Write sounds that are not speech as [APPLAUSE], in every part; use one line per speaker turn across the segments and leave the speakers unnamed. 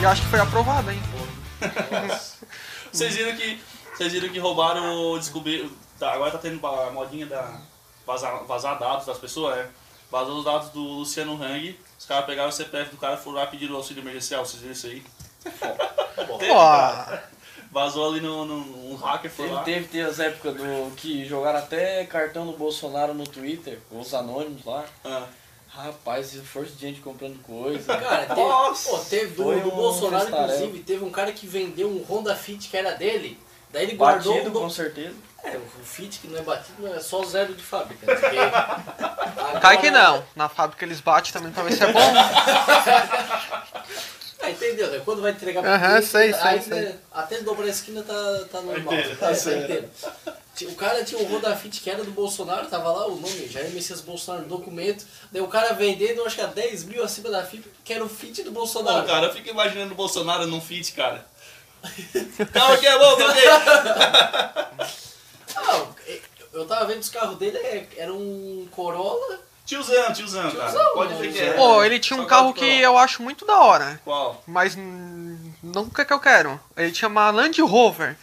E acho que foi aprovado, hein?
Vocês viram que. Vocês viram que roubaram o descobrir. tá, agora tá tendo a modinha da. Vazar, vazar dados das pessoas, né? Vazou os dados do Luciano Hang. Os caras pegaram o CPF do cara, foram lá e pediram auxílio emergencial. Vocês viram isso aí?
Pô,
Vazou ali no, no- um hacker, foi
Teve,
lá.
teve, teve as épocas do que jogaram até cartão do Bolsonaro no Twitter, os anônimos lá.
Ah.
Rapaz, se for de gente comprando
[LAUGHS]
coisa.
Cara, teve,
Nossa.
pô, teve do,
Foi
do
um
Bolsonaro,
festarel.
inclusive, teve um cara que vendeu um Honda Fit que era dele. Daí ele guardou um
Batido,
o do-
com certeza.
É, o Fit que não é batido não é só zero de fábrica. né?
[LAUGHS]
porque agora-
cai que não. Na fábrica eles batem também pra ver se é bom.
Ah, entendeu? né? Quando vai entregar
Aham,
cliente,
sei, sei,
aí,
sei.
né, Até dobrar a esquina tá, tá normal.
inteiro, tá
É,
certo.
inteiro. Tinha- O cara tinha um Rodafit que era do Bolsonaro, tava lá o nome, Jair Messias Bolsonaro, documento. Daí o cara vendendo, acho que a 10 mil acima da FIP, que era o fit do
Não,
Bolsonaro.
cara, eu fico imaginando o Bolsonaro num fit, cara. [LAUGHS] Calma que é bom, meu Deus!
Ah, eu tava vendo os carros dele, é- era um Corolla.
Tiozão, tiozão, cara.
Tiozão,
Pode ver que é.
Pô, ele tinha um
Só
carro
de
que
corolla.
eu acho muito da hora.
Qual?
Mas hum, nunca que eu quero. Ele tinha uma Land Rover.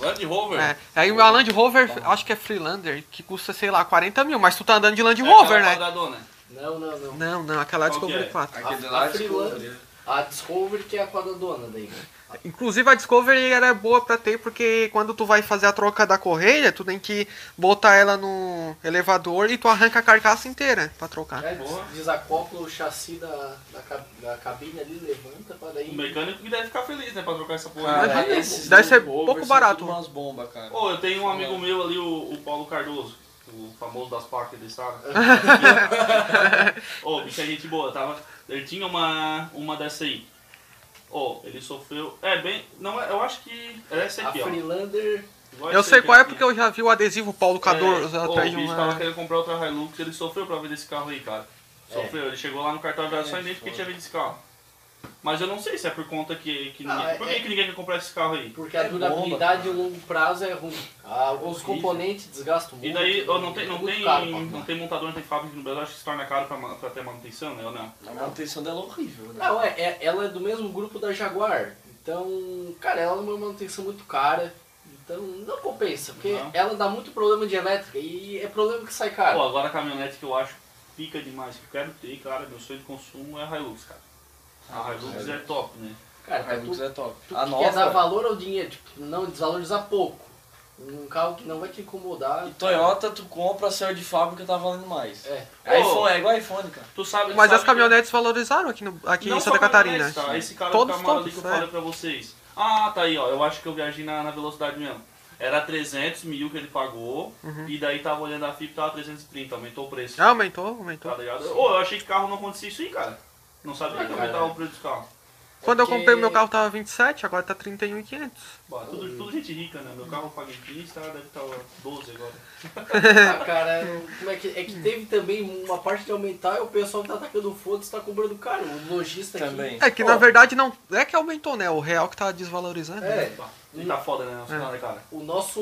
Land Rover?
né? Aí a Land Rover, acho que é Freelander, que custa, sei lá, 40 mil. Mas tu tá andando de Land Rover, né?
É Quadradona.
Não, não, não.
Não, não, aquela eu
Qual que
descobri
é?
lá.
A, a, Freeland, a Discovery que é a quadradona daí. né?
Inclusive a Discovery era boa pra ter porque quando tu vai fazer a troca da correia, tu tem que botar ela no elevador e tu arranca a carcaça inteira pra trocar.
Aí
Boa.
desacopla o chassi da, da, ca- da cabine ali, levanta pra daí.
O mecânico que deve ficar feliz, né, pra trocar essa porra.
Cara,
né?
Imagina,
esses
deve ser
Land Rover
é pouco
são
barato. né?
tudo umas bombas, cara.
Ô, eu tenho um amigo meu ali, o, o Paulo Cardoso, o famoso das parques do
[LAUGHS]
estado. Ô, bicho, é gente boa, tava. Ele tinha uma, uma dessa aí. Ô, ele sofreu. É, bem. Não, é- eu acho que. É essa
A
aqui, ó.
Freelander.
Igual
Eu
essa
sei
aqui,
qual é
ó.
porque eu já vi o adesivo Paulo Cardoso
É, ô,
atrás de
O bicho
uma...
tava querendo comprar outra Hilux, ele sofreu pra vender esse carro aí, cara. Sofreu, ele chegou lá no cartão
É,
de só em dentro porque tinha vendido esse carro. Mas eu não sei se é por conta que, que
Não,
ninguém...
é-
Por que,
é-
que ninguém quer comprar esse carro aí?
Porque a durabilidade a longo prazo é ruim. Ah, Alguns componentes desgastam muito. é
E daí, ó, não tem, não
muito
tem,
caro pra
não tem montador, não tem fábrica no Brasil, acho que se torna caro pra, ma- pra ter manutenção, né? Ou não?
A manutenção dela é horrível, né?
Não, é, é- ela é do mesmo grupo da Jaguar. Então, cara, ela é uma manutenção muito cara. Então, não compensa, porque
Não.
ela dá muito problema de elétrica e é problema que sai
Pô,
caro.
agora a caminhonete que eu acho pica demais, que eu quero ter, cara, meu sonho de consumo é a Hilux, cara.
Ah,
A Hilux é top, né?
Cara,
A
tá tu,
Hilux é top.
tu
A
que quer dar
nova.
valor ao dinheiro, tipo, não desvalorizar pouco. Um carro que não vai te incomodar.
E Toyota, tu compra, saiu de fábrica, tá valendo mais.
É.
É,
Ô.
iPhone, é igual iPhone, cara.
Tu sabe...
Mas
sabe
as
que-
caminhonetes valorizaram aqui, no, aqui em
Não
Santa
só
Catarina.
caminhonete, Tá? Esse cara
Todos
do Camaro ali
todos,
que eu
é.
falei pra vocês. Ah, tá aí, ó. Eu acho que eu viajei na, na velocidade mesmo. Era 300 mil que ele pagou. E daí tava olhando a FIP, tava 330. Aumentou o preço.
Uhum. Ah, aumentou,
Tá
aumentou.
ligado? Ô, eu achei que carro não acontecia isso aí, cara. Não sabia é
Ah,
que
cara.
aumentava o preço do carro.
Quando eu
Porque-
comprei meu carro tava 27, agora tá 31.500.
Bah, tudo, tudo gente rica, né? Meu carro eu paguei 15, tá? Deve estar 12 agora.
Ah, cara, como é que, é que teve também uma parte de aumentar e o pessoal que tá atacando o foda-se tá cobrando caro. O lojista aqui-
Também.
É que
Ó,
na verdade não. É que aumentou, né? O real que tá desvalorizando.
É,
Bah, e tá foda, né? Nossa
É.
senhora, cara.
o nosso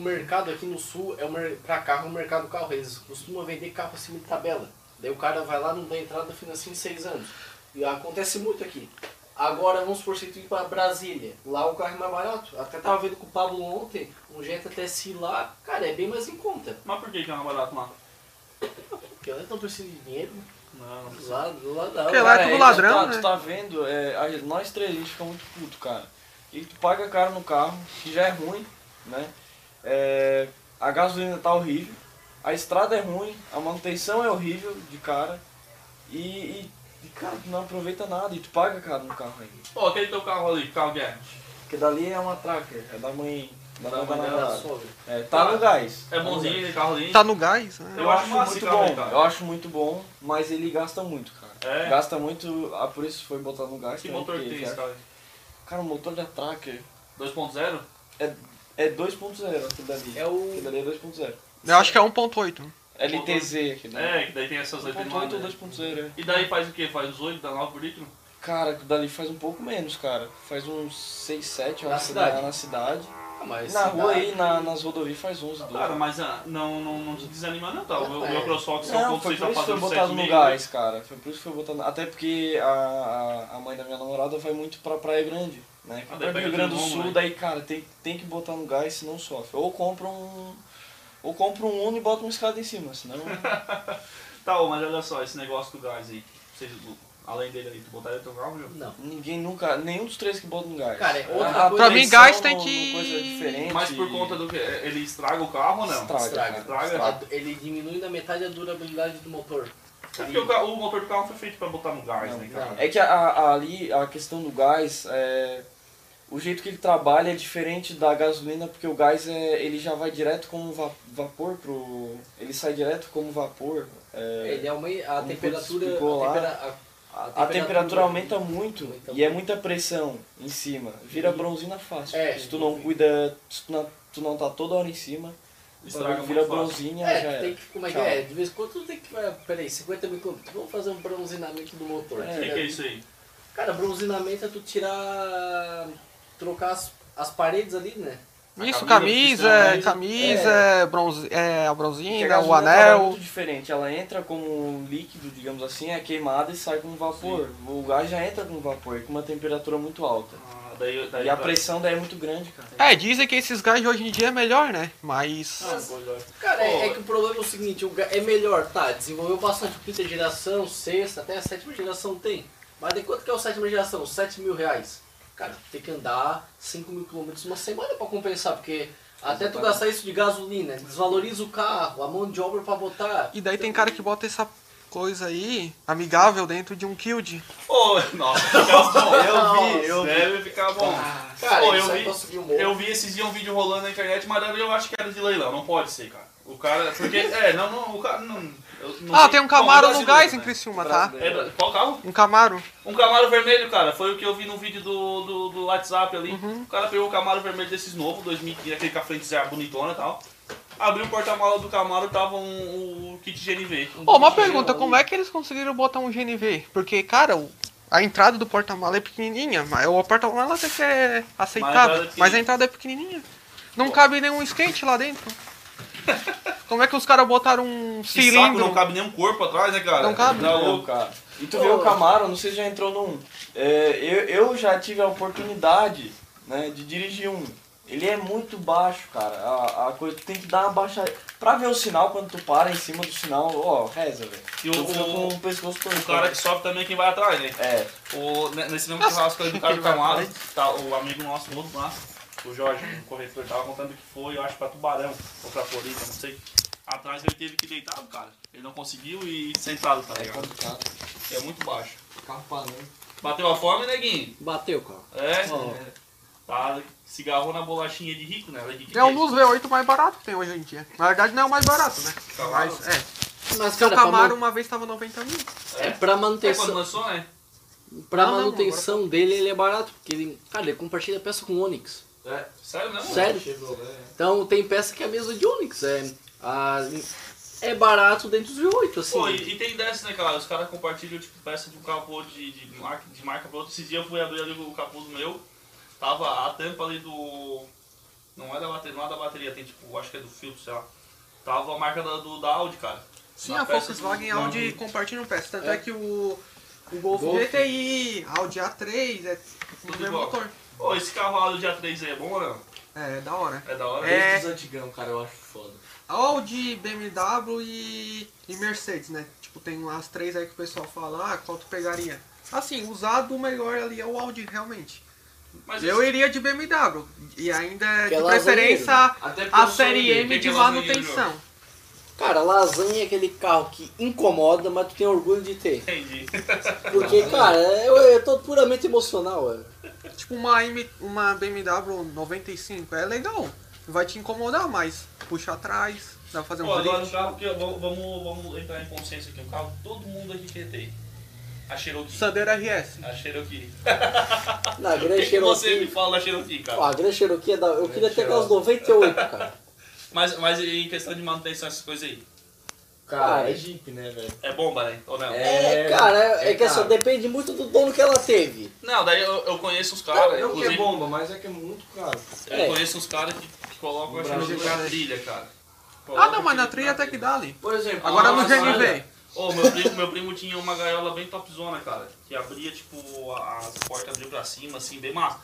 mercado aqui no sul é um mer- pra carro, é um mercado carro. Eles costumam vender carro acima de tabela. Daí o cara vai lá, não dá entrada financeira em seis anos. E acontece muito aqui. Agora vamos por cento ir pra Brasília. Lá o carro é mais barato. Até tava vendo com o Pablo ontem, um Jetta TSI lá, cara, é bem mais em conta.
Mas por que que é mais barato lá?
Porque eles não precisam de dinheiro.
Não, não precisa.
Lá, lá não.
Porque lá é
Cara,
tudo
aí
ladrão,
tu tá,
né?
Tu tá vendo, é, a gente- nós três, a gente fica muito puto, cara. E tu paga caro no carro, que já é ruim, né? É, a gasolina tá horrível, a estrada é ruim, a manutenção é horrível de cara. E, e- e, cara, tu não aproveita nada e tu paga caro no carro aí.
Ó, aquele teu carro ali, que carro que é?
Porque dali é uma tracker, é da mãe da,
Da
mãe
mãe
da
dela,
namorada.
Sogra.
É, tá no gás.
É bonzinho aquele carro ali.
Tá no gás, né?
Eu
Eu,
acho
acho
massa
muito
esse carro aí,
bom,
cara.
eu acho muito bom, mas ele gasta muito, cara.
É?
Gasta muito, ah, por isso foi botar no gás.
Que
também,
motor que
porque
tem
já-
esse carro aí?
Cara, o motor da Tracker
2.0?
é, é 2.0 aquilo dali.
É o-
Aquilo dali é 2.0.
Eu acho que é 1.8.
LTZ aqui, né?
É, que daí tem essas letras no ar,
1.8 ou
né?
2.0, é.
E daí faz o quê? Faz os 8, dá 9 por litro?
Cara, aquilo dali faz um pouco menos, cara. Faz uns 6, 7, eu
Na
acho,
cidade.
na cidade.
Ah, mas.
Na rua
cidade-
aí, na- nas rodovias faz 11, 12.
Cara, mas ah, não, não, não te desanima não, tá? O meu, o meu CrossFox é um
Não,
pouco
foi
que
por
já
isso que foi
fazendo
botado no
7,5.
gás, cara. Foi por isso que foi botado. Até porque a, a, a mãe da minha namorada vai muito pra Praia Grande, né? Que
Ah, daí
é pra
pega
Rio Grande do
todo mundo,
Sul,
né?
daí, cara, tem, tem que botar no gás, senão sofre. Ou compra um. Ou compra um Uno e bota uma escada em cima, senão.
Tá, ô, mas olha só, esse negócio do gás aí. Vocês, o- além dele aí, tu botaria teu carro, meu?
Não.
Ninguém nunca. Nenhum dos três que bota no gás. Ah,
Cara, é outra
A- a
coisa- Pra
mim,
poluição
gás tem
no-
que-
no coisa diferente.
Mas por conta do que? Ele estraga o carro ou não?
Estraga,
Estraga.
cara,
Estraga?
Ele diminui na metade a durabilidade do motor.
É porque o, ca- o motor do carro foi feito pra botar no gás,
Não,
né,
não.
cara?
É que a- a- ali a questão do gás, é, o jeito que ele trabalha é diferente da gasolina, porque o gás é, ele já vai direto como va- vapor pro. Ele sai direto como vapor. é,
Ele aumenta a
Como tu
temperatura.
explicou lá,
a tempera- a-
a, temperatura aumenta muito
Aumenta
e é muita pressão em cima. Vira bronzina fácil.
É,
se tu não
e-
cuida, se tu não, tu não tá toda hora em cima,
Estraga
é. vira
muito fácil.
bronzinha já
É,
é.
tem que. Como é que
Tchau.
é? De vez em quando tu tem que. ah, Peraí, 50 mil quilômetros. Vamos fazer um bronzinamento do motor.
É.
O que, que é isso aí?
Cara, bronzinamento é tu tirar. trocar as, as paredes ali, né?
A
Isso,
camisa,
camisa, é
pistão,
camisa, bronze, é, a
Porque a
bronzina, o
tá
gasolina trabalha
anel.
é muito diferente. Ela entra como um líquido, digamos assim, é queimada e sai como vapor. O gás já entra como vapor, é com uma temperatura muito alta.
Ah, daí, daí
E a
tá-
pressão daí é muito grande, cara.
É, dizem que esses gás de hoje em dia é melhor, né? Mas.
Ah, melhor.
Cara,
Pô,
é, é que o problema é o seguinte: o ga- é melhor, tá? Desenvolveu bastante quinta geração, sexta, até a sétima geração tem. Mas de quanto que é o sétima geração? 7 mil reais. Cara, tem que andar 5 mil quilômetros uma semana pra compensar, porque até tu
Exatamente.
gastar isso de gasolina, desvaloriza o carro, a mão de obra pra botar.
E daí tem cara que bota essa coisa aí, amigável, dentro de um Killed.
Ô, nossa, fica bom.
Eu vi, eu vi.
Deve ficar bom.
Ah,
Cara,
Pô,
isso
eu
aí pra
vi,
subir o morro.
eu vi esses dias um vídeo rolando na internet, mas eu acho que era de leilão. Não pode ser, cara. O cara. Porque. É, não, não. O cara. Não, eu não
Ah,
sei-
tem um
Bom,
Camaro
é
no
brasileiro,
gás em
né?
Criciúma, tá?
É bra- qual carro?
Um Camaro.
Um Camaro vermelho, cara. Foi o que eu vi no vídeo do, do, do WhatsApp ali.
Uhum.
O cara pegou o Camaro vermelho desses novos, 2015, aquele com a frente já é bonitona e tal. Abriu o porta-mala do Camaro, tava um, o kit GNV.
Ô, uma pergunta, como é que eles conseguiram botar um GNV? Porque, cara, o- a entrada do porta-mala é pequenininha, mas o porta-mala até que é
Mas a
aceitável,
entrada é
mas a entrada é pequenininha. Não cabe nenhum skate lá
[LAUGHS]
dentro. Como é que os caras botaram um
Que saco,
cilindro?
não cabe nem um corpo atrás, né, cara?
Não cabe.
Tá
Não,
louco.
cara. E tu vê o Camaro, não sei se já entrou num. É, eu, eu já tive a oportunidade né, de dirigir um. Ele é muito baixo, cara. A, a coisa, tu tem que dar uma baixa. Pra ver o sinal, quando tu para em cima do sinal, ó, reza, velho.
E o-
Tu fica com o pescoço torto. né?
O cara que sofre também é quem vai atrás, né?
É.
O, ne- nesse mesmo churrasco aí do
[LAUGHS]
cara do Camaro, tá, o amigo nosso outro lá, o Jorge, o corretor, tava contando que foi, eu acho, pra Tubarão ou pra Floripa, não sei. Atrás ele teve que deitado, cara. Ele não conseguiu e sentado, tá
É
ligado?
complicado.
É muito baixo.
Carro
né?
parando.
Bateu a fome, neguinho?
Bateu, cara.
É?
Ó.
Tá, cigarro na bolachinha de rico, né? Olha que que
É um
isso?
dos V8 mais barato que tem hoje em dia. Na verdade não é o mais barato, né?
Camaro?
Mas, é.
Mas,
Seu
cara,
Camaro
Camaro...
uma vez tava 90 mil.
é pra
É quando
manutenção,
lançou, né?
pra
Não, não,
manutenção dele ele é barato, porque ele, cara, ele compartilha peça com o Onix.
É. Sério mesmo?
Sério? Então tem peça que é a mesma de Onix, é, a- é barato dentro do V8, assim.
Pô, e, e tem dessa, né, cara? Os caras compartilham, tipo, peça de um capô de, de, marca, de marca pra outro. Esses dias eu fui abrir ali o capô do meu, tava a tampa ali do... Não é da bateria, não é da bateria, tem tipo, acho que é do filtro, sei lá. Tava a marca da, do, da Audi, cara.
Sim,
Na
a
peça
Volkswagen e
do-
Audi
do-
compartilham peça. Tanto é, que o, o Golf,
Golf.
GTI, Audi A3, é tudo
Tudo
mesmo
igual.
motor.
Pô, esse carro Audi A3 aí é bom ou não?
É, da hora.
É da hora?
É.
Os antigão, cara, eu acho foda.
Audi, BMW e, e Mercedes, né? Tipo, tem as três aí que o pessoal fala, ah, qual tu pegaria? Assim, usado o melhor ali é o Audi, realmente.
Mas
Eu iria de BMW. E ainda, é de
Aquela
preferência,
Até porque
a
eu sou
série
ele.
M de
aquela zoeira,
manutenção.
Cara, lasanha é aquele carro que incomoda, mas tu tem orgulho de ter.
Entendi.
Porque, cara, eu, eu tô puramente emocional. é.
Tipo, uma, M, uma BMW 95 é legal. Vai te incomodar, mas puxa atrás, dá pra fazer um
Pô, agora um
rodízio.
carro que eu- vamos, vamos, vamos entrar em consciência aqui. Um carro que todo mundo aqui quer ter. A Cherokee.
Sandero RS.
A Cherokee. [LAUGHS]
Na
O
Grand
que, que você me
É, Cherokee.
fala da Cherokee, cara?
Ó, a Grand Cherokee é da. Eu queria ter aquelas 98, cara.
Mas, mas em questão de manutenção, essas coisas aí.
Cara, é Jeep, né, velho?
[LAUGHS] É bomba, né? Ou não?
É,
É, cara, é,
é
é que assim,
caro.
depende muito do dono que ela teve.
Não, daí eu, eu conheço os caras,
Não que é
inclusive.
bomba, mas é que é muito caro.
Eu
É.
conheço uns caras que, que colocam essa música
né?
na trilha, cara.
Ah, não, mas na trilha até que dá ali.
Por
Ah,
exemplo,
Agora
uma
no
vassoura-
GNV.
Ô, meu primo, meu primo tinha uma gaiola bem topzona, cara. Que abria, tipo, a, as portas abriam pra cima, assim, bem massa.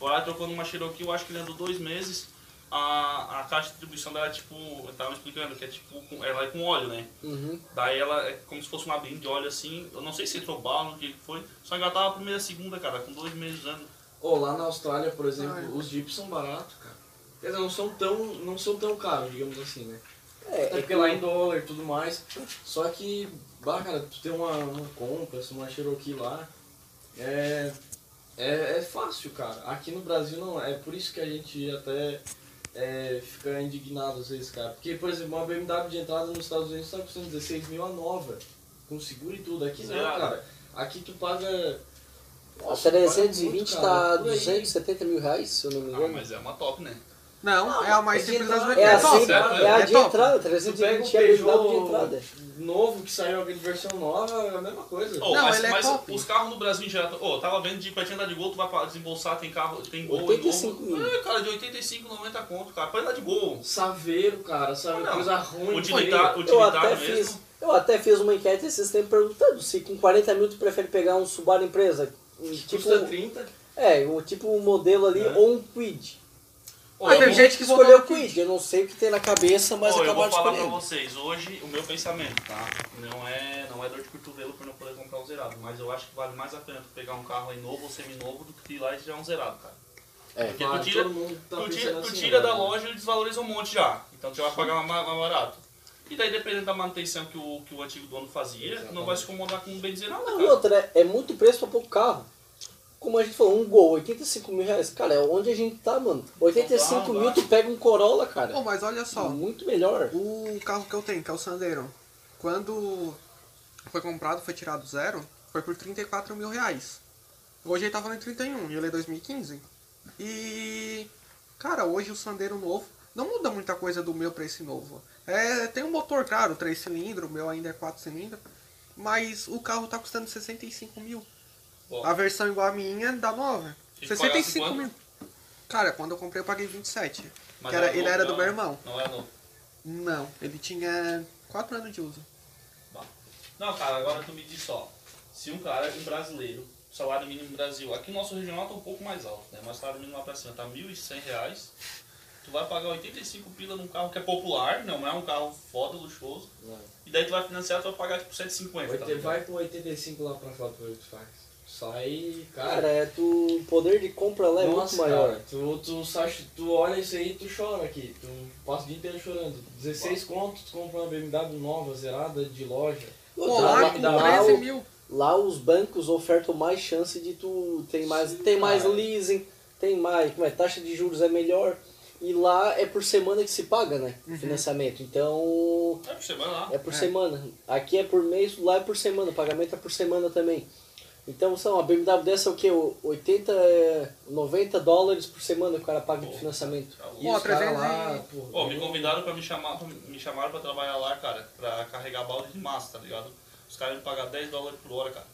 Foi lá e trocou numa Cherokee, eu acho que dentro de dois meses. A, a caixa de distribuição dela é tipo, eu tava me explicando, que é tipo, com- ela é com óleo, né?
Uhum.
Daí ela é como se fosse uma brim de óleo assim. Eu não sei se entrou bala, o que foi. Só que ela tava primeira segunda, cara, com dois meses de ano.
Ou lá na Austrália, por exemplo, os Jeeps são baratos, cara. Quer dizer, não são tão, não são tão caros, digamos assim, né?
É,
Até porque lá em dólar e tudo mais. Só que, bah, cara, tu ter uma, uma Compass, uma Cherokee lá, é, é, é fácil, cara. Aqui no Brasil não é. por isso que a gente até é, fica indignado às vezes, cara. Porque, por exemplo, uma BMW de entrada nos Estados Unidos tá custando 16 mil a nova, com seguro e tudo. Aqui não,
Zerado.
cara. Aqui tu paga...
a 320
Muito
tá
caro, por aí.
270 mil reais, se eu não me
Ah,
engano.
mas é uma top, né?
Não, é a mais simples das
É
vertentes. Top.
assim,
top,
é a
é
de
top.
entrada,
Tu pega um
320 é a unidade de
Peugeot
entrada.
novo que saiu aquele versão nova, é a mesma coisa.
Ô,
Não,
mas
ele é
mas
top.
os carros no Brasil em geral. tá- Ô, tava vendo de pra te andar de gol, tu vai pra desembolsar, tem carro, tem gol
85
e gol.
mil.
É, cara, de 85, 90 conto, cara. Pra andar de gol.
Saveiro, cara, sabe?
Não,
coisa ruim.
Utilitário,
Eu até
utilitário mesmo.
fiz. Eu até fiz uma enquete esses tempos perguntando se com 40 mil tu prefere pegar um Subaru empresa. Um tipo,
Custa 30.
é, um tipo um modelo ali ou um Quid.
Ô,
Mas tem
eu
Tem
vou-
gente
que
que
um botar
escolheu
o
o Quid, eu não sei o que tem na cabeça, mas
Ó, eu
acabaram
vou falar pra
escolhendo.
vocês, hoje o meu pensamento, tá? Não é, não é dor de cotovelo por não poder comprar um zerado, mas eu acho que vale mais a pena tu pegar um carro aí novo ou seminovo do que tu ir lá e já um zerado, cara.
É.
Porque
Ah,
tu tira,
todo mundo tá
tu tira,
pensando
tu
assim,
tira
né?
da loja e desvaloriza um monte já. Então tu já vai pagar mais, mais barato. E daí, dependendo da manutenção que o, que o antigo dono fazia, não vai se incomodar com um bem dizer nada,
Não, e
cara.
outra, é muito preço pra pouco carro. Como a gente falou, um gol, 85 mil reais. Cara, é onde a gente tá, mano. 85 mil, tu pega um Corolla,
Pô,
cara.
mas olha só.
Muito melhor.
O carro que eu tenho, que é o Sandero, quando foi comprado, foi tirado zero, foi por 34 mil reais. Hoje ele tá valendo 31 e ele é 2015. E, cara, hoje o Sandero novo não muda muita coisa do meu pra esse novo. É, tem um motor caro, 3 cilindros, o meu ainda é 4 cilindros. Mas o carro tá custando 65 mil.
Bom.
A versão igual a minha da nova.
E é
65
pagasse
mil. Cara, quando eu comprei eu paguei 27.
Mas
que era-
é novo,
ele era do
não
meu
é-
irmão.
Não é novo.
Não, ele tinha 4 anos de uso.
Não, cara, agora tu me diz só. Se um cara, um brasileiro, salário mínimo no Brasil, aqui no nosso regional tá um pouco mais alto, né? Mas salário mínimo lá pra cima tá R$ 1.100, reais, tu vai pagar 85 pila num carro que é popular, não é um carro foda, luxuoso,
Não.
e daí tu vai financiar, tu vai pagar tipo 150.
Oit-
Tá ligado?
Vai com 85 lá pra fora pra ver o que tu faz. Sai,
Cara,
cara.
é tu, o poder de compra lá é muito
nossa,
maior.
cara, tu, tu, sai, tu olha isso aí e tu chora aqui. Tu passa o dia inteiro chorando. 16 contos, tu compra uma BMW nova, zerada, de loja.
Pô,
lá,
lá
dá-
com
dá-
13 mil.
lá os bancos ofertam mais chance de tu tem mais
Sim,
tem mais
cara.
leasing, tem mais como é, taxa de juros é melhor e lá é por semana que se paga, né? Financiamento. Então
É, você vai lá.
é por
É.
semana. Aqui é por mês, lá é por semana. O pagamento é por semana também. Então, são uma BMW dessa é o quê? O 80, é, 90 dólares por semana que o cara paga de financiamento.
Tá louco.
E
Pô,
os caras
300
lá,
e-
pô.
Pô, me convidaram pra me chamar, pra- me chamaram pra trabalhar lá, cara, pra carregar balde de massa, tá ligado? Os caras iam pagar 10 dólares por hora, cara.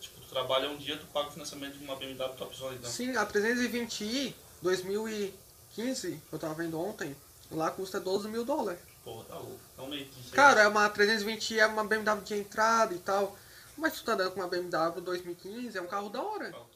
Tipo, tu trabalha um dia, tu paga o financiamento de uma BMW top zone, então.
Sim, a 320i 2015, eu tava vendo ontem, lá custa 12 mil dólares.
Pô, tá louco. É um meio que-
Cara, é uma 320i, é uma BMW de entrada e tal. Mas tu tá andando com uma BMW 2015, é um carro da hora.
Carro